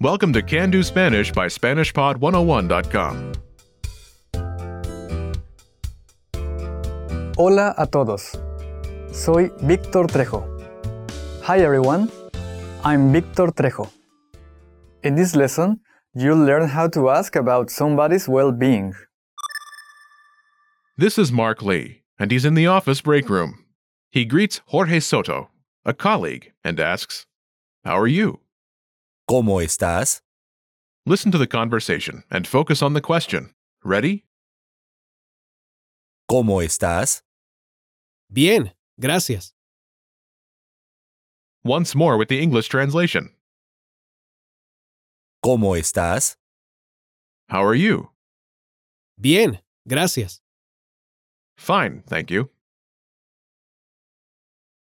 Welcome to Can Do Spanish by SpanishPod101.com. Hola a todos. Soy Víctor Trejo. Hi everyone. I'm Víctor Trejo. In this lesson, you'll learn how to ask about somebody's well-being. This is Mark Lee, and he's in the office break room. He greets Jorge Soto, a colleague, and asks, How are you? ¿Cómo estás? Listen to the conversation and focus on the question. Ready? ¿Cómo estás? Bien, gracias. Once more with the English translation. ¿Cómo estás? How are you? Bien, gracias. Fine, thank you.